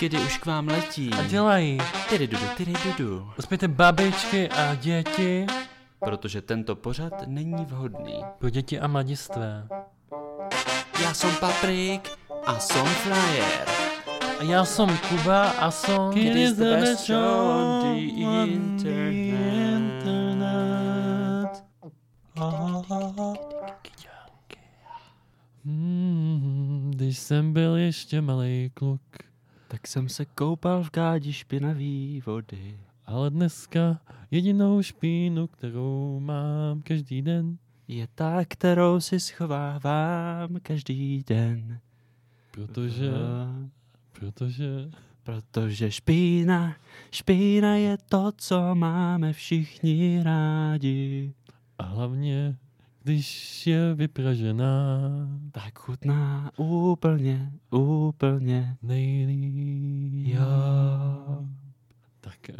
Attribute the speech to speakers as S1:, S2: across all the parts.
S1: kdy už k vám letí.
S2: A dělají.
S1: Tyry dudu, tyry dudu.
S2: Uspějte babičky a děti.
S1: Protože tento pořad není vhodný.
S2: Pro děti a mladistvé.
S1: Já jsem Paprik a jsem Flyer.
S2: A já jsem Kuba a jsem...
S1: It is the best show on the internet.
S2: Hmm, Když jsem byl ještě malý kluk,
S1: Tak jsem se koupal v kádi špinavý vody.
S2: ale dneska jedinou špínu, kterou mám každý den,
S1: Je ta, kterou si schovávám každý den.
S2: protože,
S1: A-
S2: protože,
S1: Protože špína, špína je to, co máme všichni rádi.
S2: a hlavně, když je vypražená,
S1: Tak chutná úplně, úplně.
S2: nejlíp.
S1: Jo.
S2: Tak eh,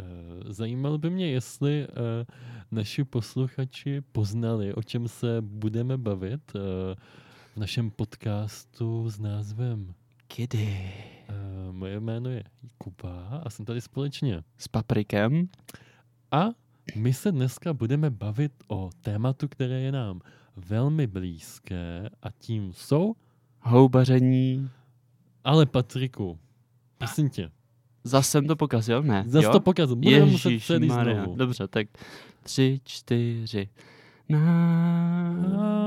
S2: zajímalo by mě, jestli eh, naši posluchači poznali, o čem se budeme bavit eh, v našem podcastu s názvem
S1: Kdy?
S2: eh, Moje jméno je Kuba a jsem tady společně.
S1: S paprikem?
S2: A my se dneska budeme bavit o tématu, které je nám velmi blízké a tím jsou,
S1: Houbaření.
S2: ale Patriku, prosím tě,
S1: Zase jsem to pokazil, ne?
S2: zase
S1: Jo?
S2: to pokazil, budeme muset
S1: Ježíši
S2: celý
S1: Maria.
S2: znovu.
S1: Dobře, tak tři, čtyři. Na,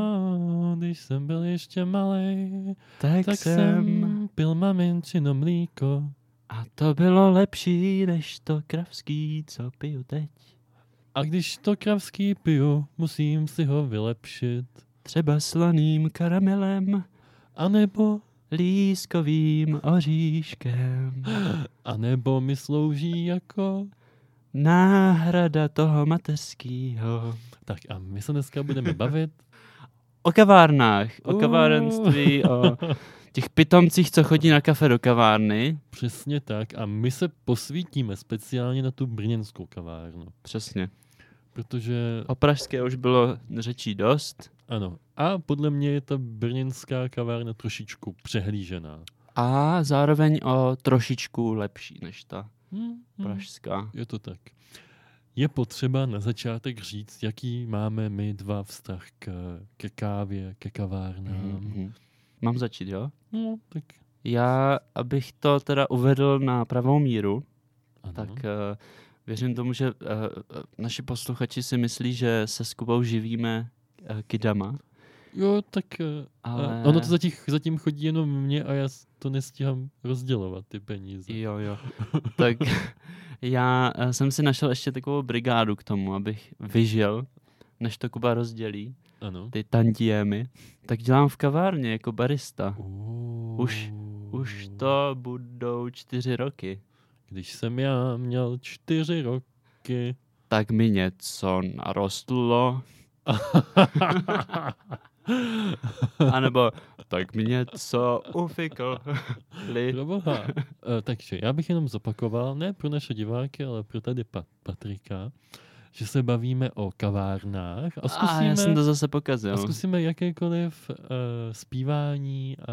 S2: A, Když jsem byl ještě malý,
S1: tak,
S2: tak
S1: jsem...
S2: jsem pil maminčino mlíko.
S1: A to bylo lepší, než to kravský, co piju teď.
S2: A když to kravský piju, musím si ho vylepšit.
S1: Třeba slaným karamelem,
S2: A nebo,
S1: lískovým oříškem.
S2: a nebo mi slouží jako...
S1: Náhrada toho mateřského.
S2: Tak a my se dneska budeme bavit
S1: O kavárnách, o
S2: Uh.
S1: kavárenství, o těch pitomcích, co chodí na kafe do kavárny.
S2: Přesně tak a my se posvítíme speciálně na tu brněnskou kavárnu,
S1: Přesně.
S2: protože
S1: O pražské už bylo řečí dost.
S2: ano, a podle mě je ta brněnská kavárna trošičku přehlížená.
S1: A zároveň o trošičku lepší než ta
S2: Hmm, hmm,
S1: pražská.
S2: Je to tak. Je potřeba na začátek říct, jaký máme my dva vztah k, ke kávě, ke kavárnám.
S1: Mhm. Mám začít, jo?
S2: No, tak
S1: Já, abych to teda uvedl na pravou míru,
S2: Hmm. ano.
S1: Tak eh, věřím tomu, že eh, eh, naši posluchači si myslí, že se s Kubou živíme eh, kidama,
S2: Jo, tak eh,
S1: ale...
S2: a ono to zatím, zatím chodí jenom mě a já s- to nestíhám rozdělovat, ty peníze.
S1: Jo, jo. tak já eh, jsem si našel ještě takovou brigádu k tomu, abych vyžil, než to Kuba rozdělí,
S2: Ano.
S1: ty tantiemy. Tak dělám v kavárně jako barista. Už- Už
S2: Uuu.
S1: to budou čtyři roky.
S2: Když jsem já měl čtyři roky.
S1: Tak mi něco narostlo, anebo tak mi něco ufikl.
S2: Proboha. Eh, Takže já bych jenom zopakoval, ne pro naše diváky, ale pro tady pa- Patrika, že se bavíme o kavárnách a
S1: A já
S2: zkusíme,
S1: jsem
S2: a
S1: to zase pokazil.
S2: a zkusíme jakékoliv uh, zpívání a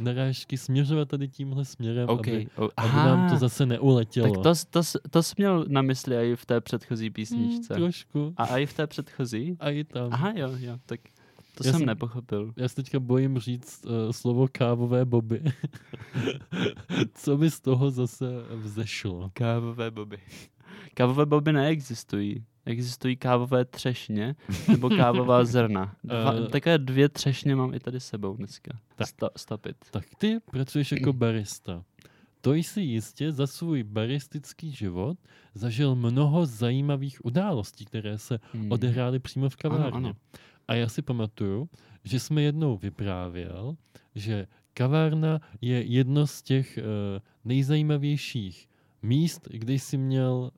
S2: narážky směřovat tady tímhle směrem,
S1: OK.
S2: aby,
S1: o-
S2: aby nám to
S1: aha,
S2: zase neuletělo.
S1: tak to, s- to, s- to jsi měl na mysli i v té předchozí písničce.
S2: Hmm, trošku.
S1: a i v té předchozí?
S2: A i tam.
S1: Aha, jo, jo, tak to
S2: Já
S1: jsem
S2: jsem-
S1: nepochopil.
S2: Já se teďka bojím říct uh, slovo kávové boby. Co by z toho zase vzešlo?
S1: Kávové boby. Kávové boby neexistují. Existují kávové třešně nebo kávová zrna. Dva,
S2: Eh.
S1: takové dvě třešně mám i tady s sebou dneska.
S2: Tak.
S1: Sta, stopit.
S2: Tak ty pracuješ
S1: Mm.
S2: jako barista. To jsi jistě za svůj baristický život zažil mnoho zajímavých událostí, které se
S1: Hmm.
S2: odehrály přímo v
S1: Ano,
S2: kavárně.
S1: ano.
S2: A já si pamatuju, že jsme jednou vyprávěl, že kavárna je jedno z těch eh, nejzajímavějších míst, kde jsi měl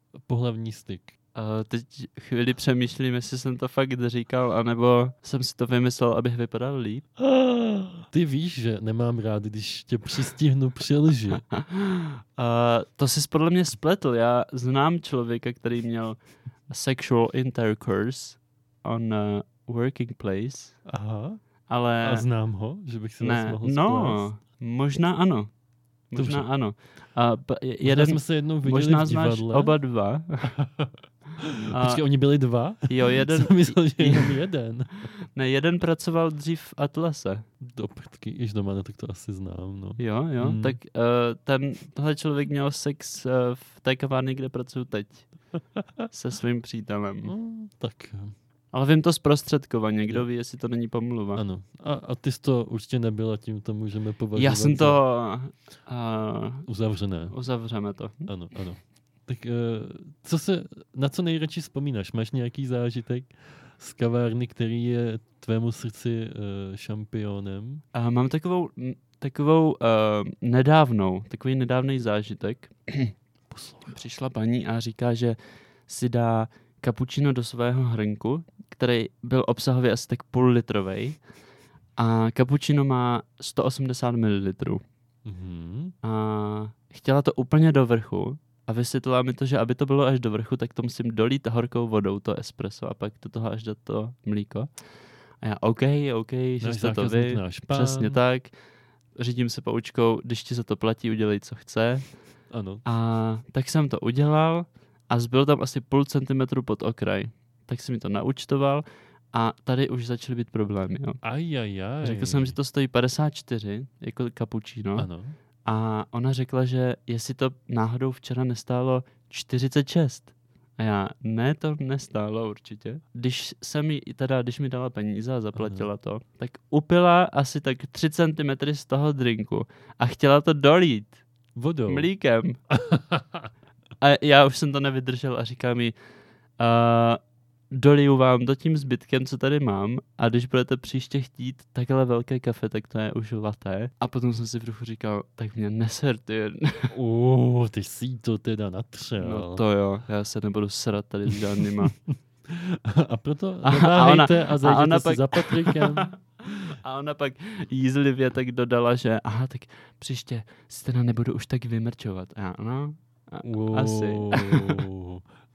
S2: pohlavní styk.
S1: A Eh, teď chvíli přemýšlím, jestli jsem to fakt říkal, anebo jsem si to vymyslel, abych vypadal líp.
S2: Ty víš, že nemám rád, když tě přistihnu při lži.
S1: Uh, Eh, to jsi podle mě spletl. Já znám člověka, který měl sexual intercourse on a working place,
S2: Aha.
S1: ale
S2: A znám ho, že bych si vás
S1: ne.
S2: mohl
S1: No,
S2: splést.
S1: možná ano. Možná
S2: Dobře.
S1: ano. A p-
S2: Jeden
S1: jeden,
S2: jsme se jednou viděli
S1: možná
S2: v
S1: znáš
S2: divadle.
S1: oba dva. A-
S2: Počkej, oni byli dva?
S1: Jo, jeden,
S2: Jsem myslel, že jenom jeden.
S1: ne, jeden pracoval dřív v Atlase.
S2: Do prdky, již doma, no, tak to asi znám, no.
S1: Jo, jo,
S2: Hmm.
S1: hmm. tak uh, ten, tohle člověk měl sex uh, v té kavárně, kde pracuju teď. Se svým přítelem.
S2: No, tak eh,
S1: Ale vím to zprostředkovaně, kdo ví, jestli to není pomluva.
S2: ano. A, a ty jsi to určitě nebyla, tím to můžeme považovat.
S1: Já jsem
S2: za
S1: to... Uh,
S2: Uzavřené.
S1: uzavřeme to.
S2: Ano, ano. Tak eh, co se, na co nejradši vzpomínáš? Máš nějaký zážitek z kavárny, který je tvému srdci eh, šampionem?
S1: A mám takovou, m, takovou uh, nedávnou, takový nedávný zážitek.
S2: Poslouchej.
S1: Přišla paní a říká, že si dá kapučino do svého hrnku, který byl obsahově asi tak půl litrovej. A kapučino má 180 ml.
S2: Mhm.
S1: A chtěla to úplně do vrchu a vysvětlila mi to, že aby to bylo až do vrchu, tak to musím dolít horkou vodou, to espresso, a pak do toho až dát to mlíko. A já, OK, OK, že
S2: Náš
S1: jste to
S2: zákazník,
S1: vy,
S2: náš pán.
S1: Přesně tak. Řídím se poučkou, když ti za to platí, udělej, co chce.
S2: Ano.
S1: A tak jsem to udělal a zbyl tam asi půl centimetru pod okraj. Tak jsem mi to naučtoval a tady už začaly být problémy. Jo.
S2: Aj, aj, aj.
S1: Řekl jsem, že to stojí 54, jako kapučíno.
S2: Ano.
S1: A ona řekla, že jestli to náhodou včera nestálo 46. A já, ne, to nestálo určitě. Když, jsem jí, teda, když mi dala peníze a zaplatila to, tak upila asi tak 3 cm z toho drinku a chtěla to dolít
S2: Vodou.
S1: mlíkem. No. A já už jsem to nevydržel a říkám jí, a doliju vám to tím zbytkem, co tady mám a když budete příště chtít takhle velké kafe, tak to je už laté. A potom jsem si v duchu říkal, tak mě neser, ty.
S2: Uuu, ty jsi jí to teda natřel.
S1: No to jo, já se nebudu srat tady s žádnýma.
S2: A proto
S1: A- a
S2: neváhejte a, a zajděte
S1: ona
S2: si
S1: pak-
S2: za Patrikem.
S1: A ona pak jízlivě tak dodala, že aha, tak příště si teda nebudu už tak vymrčovat. A já, no, Asi.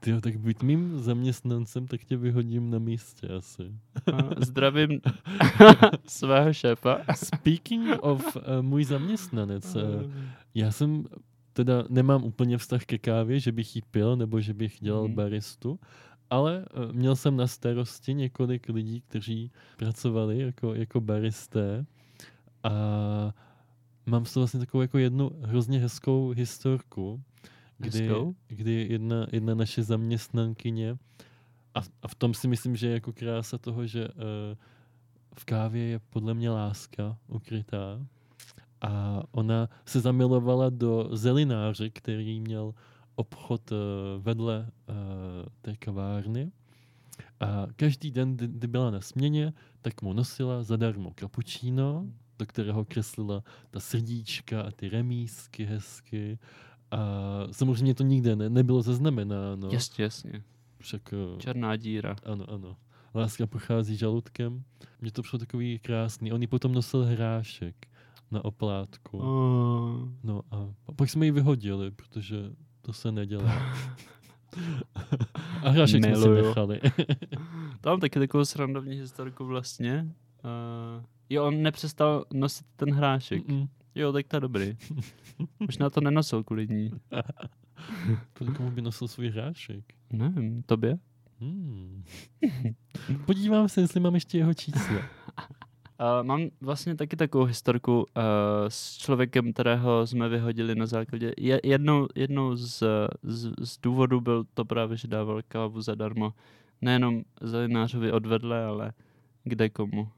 S2: Ty tak buď mým zaměstnancem, tak tě vyhodím na místě asi.
S1: a no, zdravím svého šéfa.
S2: Speaking of uh, můj zaměstnanec, uh, já jsem teda nemám úplně vztah ke kávě, že bych ji pil nebo že bych dělal
S1: Mhm.
S2: baristu, ale uh, měl jsem na starosti několik lidí, kteří pracovali jako, jako baristé a mám z toho vlastně takovou jako jednu hrozně hezkou historku, kdy,
S1: Hezkou?
S2: kdy jedna, jedna naše zaměstnankyně a, a v tom si myslím, že je jako krása toho, že uh, v kávě je podle mě láska ukrytá. A ona se zamilovala do zelináře, který měl obchod eh, vedle eh, té kavárny. A každý den, kdy- kdy byla na směně, tak mu nosila zadarmo kapučíno, do kterého kreslila ta srdíčka a ty remísky hezky. A samozřejmě to nikde ne, nebylo zaznamenáno.
S1: Jasně, jasně.
S2: Však, eh,
S1: Černá díra.
S2: ano, ano. Láska pochází žaludkem. Mně to přišlo takový krásný. On ji potom nosil hrášek na oplátku.
S1: Oh.
S2: No a a pak jsme ji vyhodili, protože to se nedělá. A hrášek jsme si
S1: Miluju.
S2: nechali.
S1: Tam taky takovou srandovní historku vlastně. Uh, jo, on nepřestal nosit ten hrášek.
S2: Mm, mm.
S1: Jo, tak to je dobrý. Možná to nenosil kvůli ní.
S2: Kvůli Komu by nosil svůj hrášek?
S1: Nevím, tobě?
S2: Hmm. Podívám se, jestli mám ještě jeho
S1: Uh,
S2: číslo.
S1: mám vlastně taky takovou historku uh, s člověkem, kterého jsme vyhodili na základě. Je, jednou jednou z, z, z důvodů byl to právě, že dával kávu zadarmo. Nejenom zelinářovi odvedle, ale kde komu.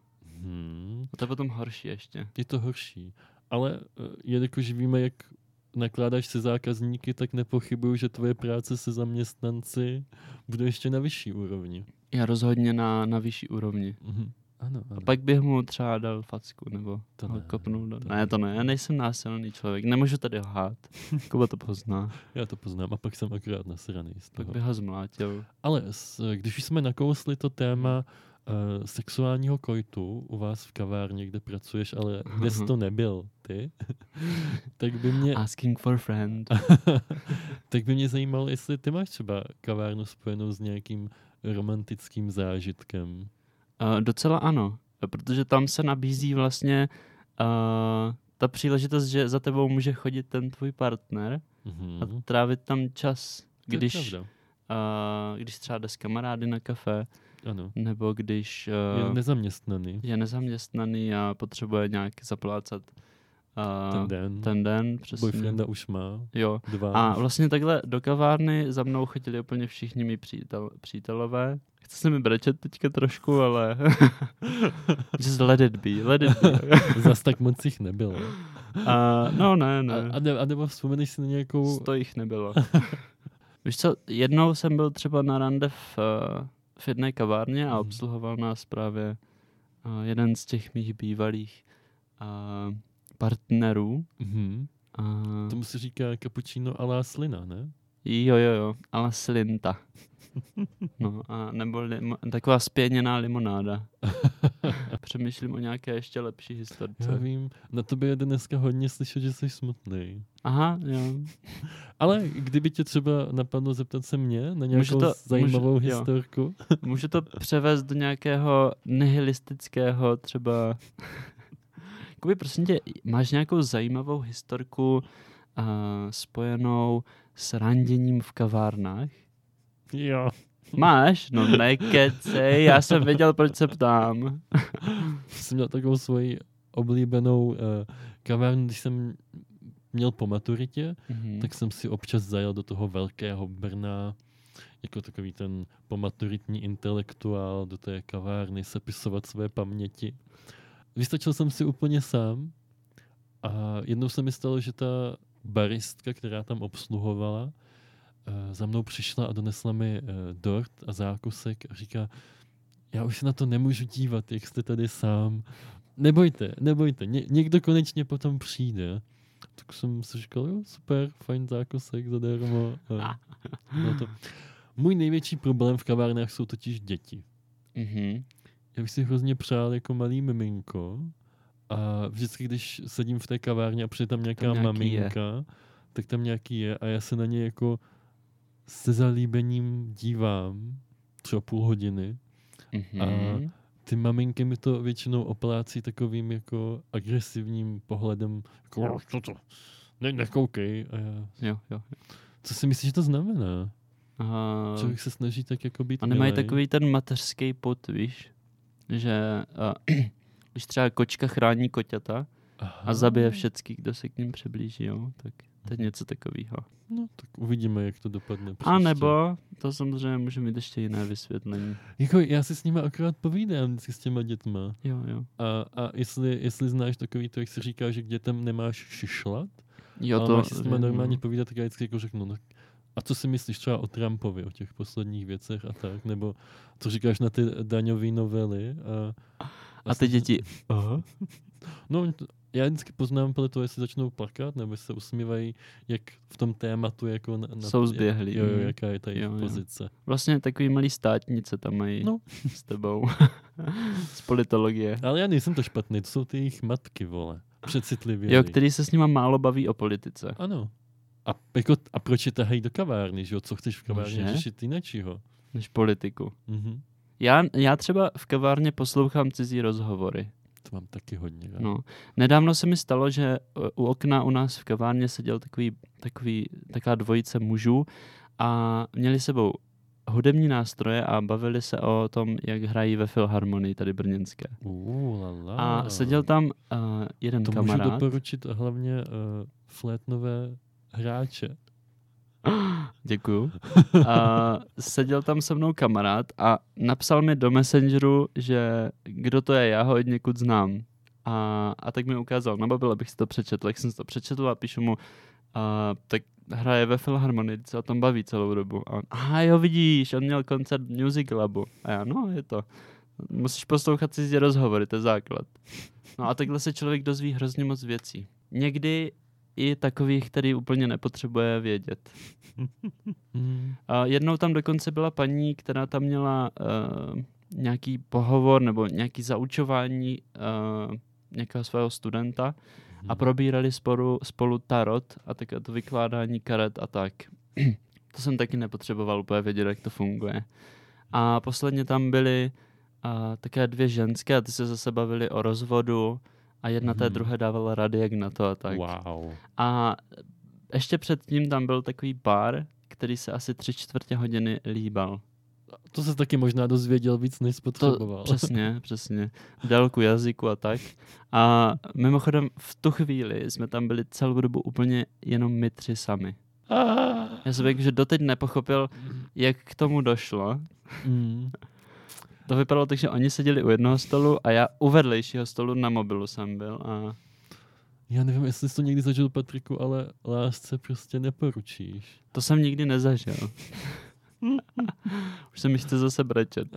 S2: Hmm.
S1: A to je potom horší ještě.
S2: Je to horší. Ale eh, jelikož víme, jak nakládáš se zákazníky, tak nepochybuju, že tvoje práce se zaměstnanci bude ještě na vyšší úrovni.
S1: Já rozhodně na, na vyšší úrovni.
S2: Mhm. Ano, ano.
S1: A pak bych mu třeba dal facku, nebo to ne, kopnul do...
S2: to
S1: ne, to ne, já nejsem násilný člověk, nemůžu tady lhát. Kuba to pozná.
S2: Já to poznám a pak jsem akorát nasraný z
S1: Pak
S2: toho.
S1: bych ho zmlátil.
S2: Ale s, když už jsme nakousli to téma
S1: Hmm.
S2: uh, sexuálního koitu u vás v kavárně, kde pracuješ, ale kde jsi to nebyl ty, tak by mě
S1: Asking for friend.
S2: tak by mě zajímalo, jestli ty máš třeba kavárnu spojenou s nějakým romantickým zážitkem.
S1: Eh, Uh, docela ano, protože tam se nabízí vlastně uh, ta příležitost, že za tebou může chodit ten tvůj partner a
S2: Mhm.
S1: trávit tam čas,
S2: To je
S1: když,
S2: pravda.
S1: uh, když třeba jde s kamarády na kafe,
S2: Ano.
S1: nebo když
S2: Je
S1: uh,
S2: nezaměstnaný
S1: je nezaměstnaný a potřebuje nějak zaplácat uh,
S2: ten den.
S1: ten den. Přesně.
S2: Boyfrienda už má
S1: Jo.
S2: dva.
S1: A vlastně takhle do kavárny za mnou chodili úplně všichni mý přítel, přítelové. Chce se mi brečet teďka trošku, ale just let it be, let it be.
S2: Zas tak moc jich nebylo.
S1: A, no ne, ne,
S2: A, a, ne, a nebo vzpomeneš si na nějakou...
S1: sto jich nebylo. Víš co, jednou jsem byl třeba na rande v, eh, v jedné kavárně a
S2: Mhm.
S1: obsluhoval nás právě eh, jeden z těch mých bývalých eh, partnerů.
S2: Mhm.
S1: A,
S2: Tomu se říká kapučíno a láslina, ne?
S1: Jo, jo, jo, ale slinta. No a nebo lim, taková spěněná limonáda. Přemýšlím o nějaké ještě lepší
S2: Já
S1: historce.
S2: vím, na tobě je dneska hodně slyšet, že jsi smutný.
S1: Aha, jo.
S2: Ale kdyby tě třeba napadlo zeptat se mě na
S1: Může
S2: nějakou
S1: to-
S2: to, zajímavou
S1: může- jo.
S2: historku,
S1: Můžu to převést do nějakého nihilistického třeba... Kuby, prosím tě, máš nějakou zajímavou historku uh, spojenou s randěním v kavárnách?
S2: jo.
S1: Máš? No nekecej, já jsem věděl, proč se ptám.
S2: jsem měl takovou svoji oblíbenou eh, kavárnu, když jsem měl po maturitě,
S1: Mhm.
S2: tak jsem si občas zajel do toho velkého Brna, jako takový ten pomaturitní intelektuál do té kavárny, sepisovat své paměti. Vystačil jsem si úplně sám a jednou se mi stalo, že ta baristka, která tam obsluhovala, eh, za mnou přišla a donesla mi eh, dort a zákusek a říká, já už se na to nemůžu dívat, jak jste tady sám. Nebojte, nebojte, ně, někdo konečně potom přijde. Tak jsem si říkal, jo, super, fajn zákusek zadarmo. A
S1: Ah.
S2: bylo to. Můj největší problém v kavárnách jsou totiž děti.
S1: Mhm.
S2: Já bych si hrozně přál jako malý miminko a vždycky, když sedím v té kavárně a přijde tam nějaká
S1: Tam
S2: tam
S1: nějaký
S2: maminka, je. tak tam nějaký je a já se na ně jako se zalíbením dívám třeba půl hodiny
S1: Mhm.
S2: ty maminky mi to většinou oplácí takovým jako agresivním pohledem. Jako, co to? Ne, nekoukej. A já,
S1: Jo, jo.
S2: co si myslíš, že to znamená?
S1: A,
S2: Člověk se snaží tak jako být
S1: No. a nemají
S2: milej.
S1: takový ten mateřský pot, víš? Že a, když třeba kočka chrání koťata
S2: Aha,
S1: a zabije všecky, kdo se k ním přiblíží, jo? Tak to je něco takového.
S2: No, tak uvidíme, jak to dopadne příště.
S1: A nebo, to samozřejmě může mít ještě jiné vysvětlení.
S2: Jako, já si s nimi akorát povídám vždycky s těma dětma.
S1: Jo, jo.
S2: A, a jestli, jestli znáš takový to, jak se říká, že k dětem nemáš šišlat,
S1: Jo,
S2: ale
S1: to...
S2: máš si s nimi normálně povídat, tak já vždycky jako řeknu, no, a co si myslíš třeba o Trumpovi, o těch posledních věcech a tak, nebo co říkáš na ty daňové novely. A,
S1: A ty
S2: slyš-
S1: děti...
S2: Aha. No, oni to- já vždycky poznám podle toho, jestli začnou plakat, nebo jestli se usmívají, jak v tom tématu, jako na, na
S1: Jsou zběhlí,
S2: Jo, jo,
S1: mhm.
S2: jaká je ta jejich
S1: Jo, jo.
S2: pozice.
S1: Vlastně takový malý státnice tam mají
S2: No.
S1: s tebou. Z politologie.
S2: Ale já nejsem to špatný, to jsou ty jejich matky, vole. Přecitlivělí.
S1: Jo, který se s nima málo baví o politice.
S2: Ano. A, jako, a proč je tahají do kavárny, že jo? Co chceš v kavárně
S1: že?
S2: řešit jinačího?
S1: Než politiku.
S2: Mhm.
S1: Já, já třeba v kavárně poslouchám cizí rozhovory.
S2: To mám taky hodně rád.
S1: No. Nedávno se mi stalo, že e, u okna u nás v kavárně seděl takový, takový, taková dvojice mužů a měli s sebou hudební nástroje a bavili se o tom, jak hrají ve filharmonii tady brněnské.
S2: Uh, lala.
S1: A seděl tam uh, jeden
S2: to můžu
S1: kamarád.
S2: doporučit hlavně uh, flétnové hráče.
S1: Děkuju. A seděl tam se mnou kamarád a napsal mi do Messengeru, že kdo to je, já ho od někud znám. A, a tak mi ukázal na mobil, abych si to přečetl. Jak jsem si to přečetl a píšu mu, a, tak hraje ve Filharmonii, se o tom baví celou dobu. A on, aha jo vidíš, on měl koncert v Music Labu. A já, no je to. Musíš poslouchat cizí rozhovory, to je základ. No a takhle se člověk dozví hrozně moc věcí. Někdy i takových, který úplně nepotřebuje vědět.
S2: Mm.
S1: A jednou tam dokonce byla paní, která tam měla uh, nějaký pohovor nebo nějaký zaučování uh, nějakého svého studenta
S2: Mhm.
S1: a probírali sporu, spolu tarot a také to vykládání karet a tak. to jsem taky nepotřeboval úplně vědět, jak to funguje. A eh, posledně tam byly uh, také dvě ženské a ty se zase bavili o rozvodu a jedna té
S2: Mhm.
S1: druhé dávala rady, jak na to a tak.
S2: Wow.
S1: A ještě předtím tam byl takový pár, který se asi tři čtvrtě hodiny líbal.
S2: To se taky možná dozvěděl víc, než
S1: To,
S2: spotřeboval.
S1: přesně, přesně. Délku jazyku a tak. A mimochodem v tu chvíli jsme tam byli celou dobu úplně jenom my tři sami.
S2: Ah.
S1: Já jsem jako, že doteď nepochopil, jak k tomu došlo.
S2: Mm.
S1: To vypadalo tak, že oni seděli u jednoho stolu a já u vedlejšího stolu na mobilu jsem byl. A
S2: Já nevím, jestli jsi to někdy zažil, Patriku, ale lásce prostě neporučíš.
S1: to jsem nikdy nezažil. Už se mi chce zase brečet.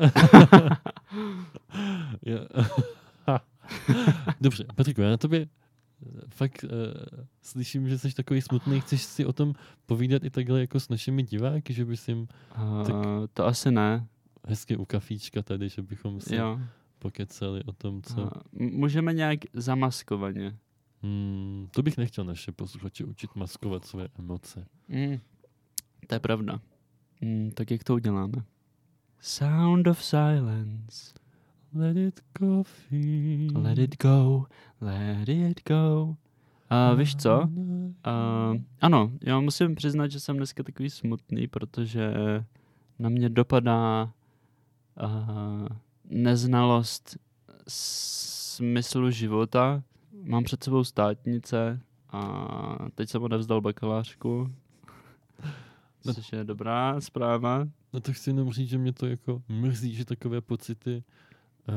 S2: Je- Dobře, Patriku, já na tobě fakt uh, slyším, že jsi takový smutný. Chceš si o tom povídat i takhle jako s našimi diváky, že bys jim
S1: A,
S2: Tak-
S1: to asi ne.
S2: hezky u kafíčka tady, že bychom si jo.
S1: Jo.
S2: pokecali o tom, co...
S1: A, m- můžeme nějak zamaskovaně.
S2: Hmm, to bych nechtěl naše posluchače učit maskovat své emoce.
S1: Mm. To je pravda. Mm, tak jak to uděláme? Sound of silence.
S2: Let it coffee.
S1: Let it go. Let it go. A
S2: Mm.
S1: víš co? A, ano, já musím přiznat, že jsem dneska takový smutný, protože na mě dopadá a, neznalost smyslu života. Mám před sebou státnice a teď jsem odevzdal bakalářku.
S2: No-
S1: Což je dobrá zpráva.
S2: No to chci jenom říct, že mě to jako mrzí, že takové pocity uh,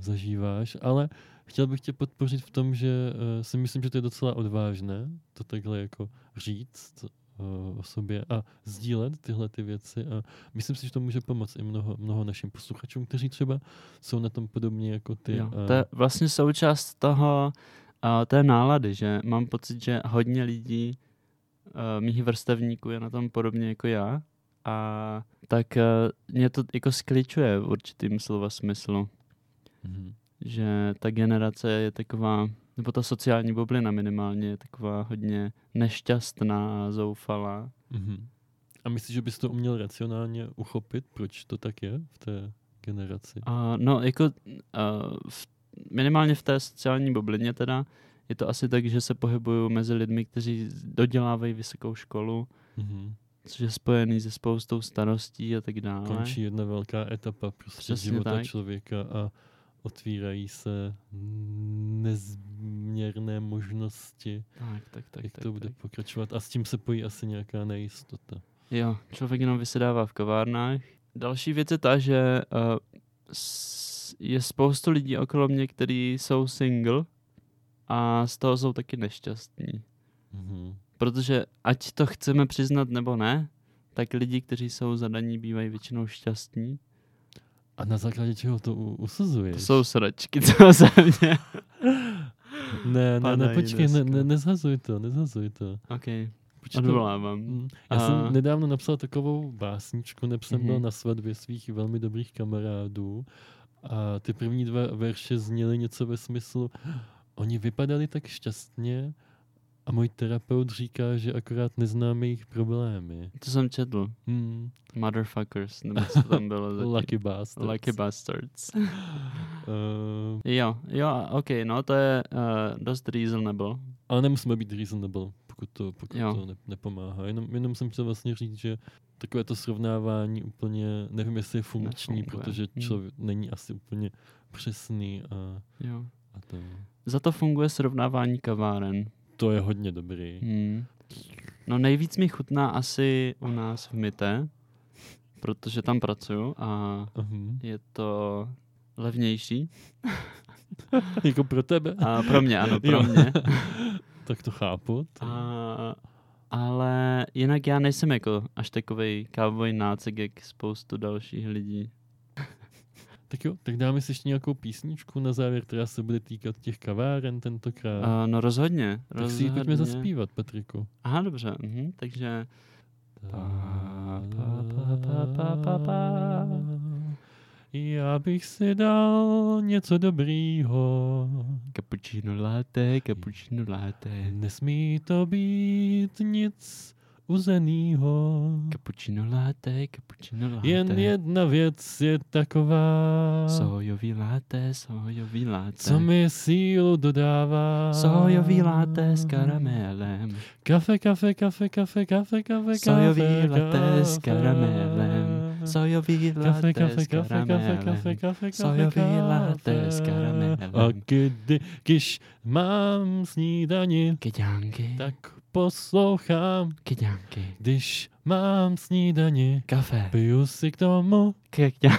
S2: zažíváš, ale chtěl bych tě podpořit v tom, že uh, si myslím, že to je docela odvážné to takhle jako říct uh, o sobě a sdílet tyhle ty věci a myslím si, že to může pomoct i mnoho, mnoho našim posluchačům, kteří třeba jsou na tom podobně jako ty.
S1: jo,
S2: eh,
S1: to je vlastně součást toho, a, té nálady, že mám pocit, že hodně lidí a, mých vrstevníků je na tom podobně jako já a tak a, mě to jako skličuje v určitým slova smyslu,
S2: mhm.
S1: že ta generace je taková, nebo ta sociální bublina minimálně je taková hodně nešťastná a zoufalá.
S2: Mhm. A myslíš, že bys to uměl racionálně uchopit, proč to tak je v té generaci?
S1: A, no jako a, v, minimálně v té sociální bublině teda je to asi tak, že se pohybuju mezi lidmi, kteří dodělávají vysokou školu,
S2: Mhm.
S1: což je spojený se spoustou starostí a tak dále.
S2: končí jedna velká etapa
S1: No.
S2: prostě
S1: Přesně
S2: života
S1: tak.
S2: člověka a otvírají se nezměrné možnosti,
S1: Tak, tak, tak,
S2: tak,
S1: tak,
S2: jak tak, to bude
S1: tak.
S2: pokračovat. A s tím se pojí asi nějaká nejistota.
S1: Jo, člověk jenom vysedává v kavárnách. Další věc je ta, že uh, s, je spoustu lidí okolo mě, kteří jsou single a z toho jsou taky nešťastní.
S2: Mhm.
S1: Protože ať to chceme přiznat nebo ne, tak lidi, kteří jsou zadaní, bývají většinou šťastní.
S2: A na základě čeho to u- usuzuješ?
S1: To jsou sračky, co za mě.
S2: Ne, ne, ne,
S1: Padají
S2: počkej, ne,
S1: dneska.
S2: ne, nezhazuj to, nezhazuj to.
S1: Ok,
S2: Počkej, to-
S1: odvolávám.
S2: Mm, Já
S1: A-
S2: jsem nedávno napsal takovou básničku, neb jsem byl
S1: Mhm.
S2: na svatbě svých velmi dobrých kamarádů a ty první dva verše zněly něco ve smyslu oni vypadali tak šťastně a můj terapeut říká, že akorát neznáme jejich problémy.
S1: To jsem četl.
S2: Hmm,
S1: Motherfuckers, nebo co to tam bylo zatím.
S2: lucky bastards.
S1: Lucky Bastards.
S2: Eh,
S1: Jo, jo, ok, no to je uh, dost reasonable.
S2: ale nemusíme být reasonable, pokud to, pokud
S1: Jo.
S2: to ne, nepomáhá. Jenom, jenom jsem chtěl vlastně říct, že takové to srovnávání úplně, nevím, jestli je funkční,
S1: Nefunguje.
S2: protože
S1: Hmm.
S2: člověk není asi úplně přesný a,
S1: Jo.
S2: a to,
S1: Za to funguje srovnávání kaváren.
S2: to je hodně dobrý.
S1: Hmm. No nejvíc mi chutná asi u nás v Mité, protože tam pracuju a
S2: Mhm.
S1: je to levnější.
S2: jako pro tebe,
S1: A pro mě, ano, pro
S2: Jo.
S1: mě.
S2: tak to chápu. To...
S1: A, ale jinak já nejsem jako až takovej kávový nácek, jak spoustu dalších lidí.
S2: Tak jo, tak dáme si ještě nějakou písničku na závěr, která se bude týkat těch kaváren tentokrát.
S1: Uh, no rozhodně,
S2: tak si
S1: rozhodně.
S2: ji pojďme zaspívat, Patriku.
S1: Aha, dobře, mhm, takže... pa, pa, pa, pa, pa, pa.
S2: Ta-ra-ra-ra-ra. Já bych si dal něco dobrýho.
S1: Cappuccino latte, cappuccino latte.
S2: Nesmí to být nic uzenýho.
S1: Cappuccino latte, cappuccino latte.
S2: Jen jedna věc je taková,
S1: Sojový latte, sojový latte.
S2: co mi sílu dodává.
S1: Sojový latte s karamelem.
S2: Kafe, kafe, kafe, kafe, kafe, kafe,
S1: Sojový
S2: kafe,
S1: latte s
S2: kafe.
S1: karamelem. Sojový
S2: Kafe,
S1: latte
S2: kafe,
S1: s
S2: kafe, kafe, kafe,
S1: karamelem.
S2: kafe,
S1: Sojový
S2: kafe,
S1: latte s
S2: kafe.
S1: karamelem.
S2: A kdy, když mám snídani,
S1: Kyďánky,
S2: tak poslouchám.
S1: kyďánky.
S2: Když mám snídani,
S1: Kafe,
S2: piju si k tomu
S1: kyďánky.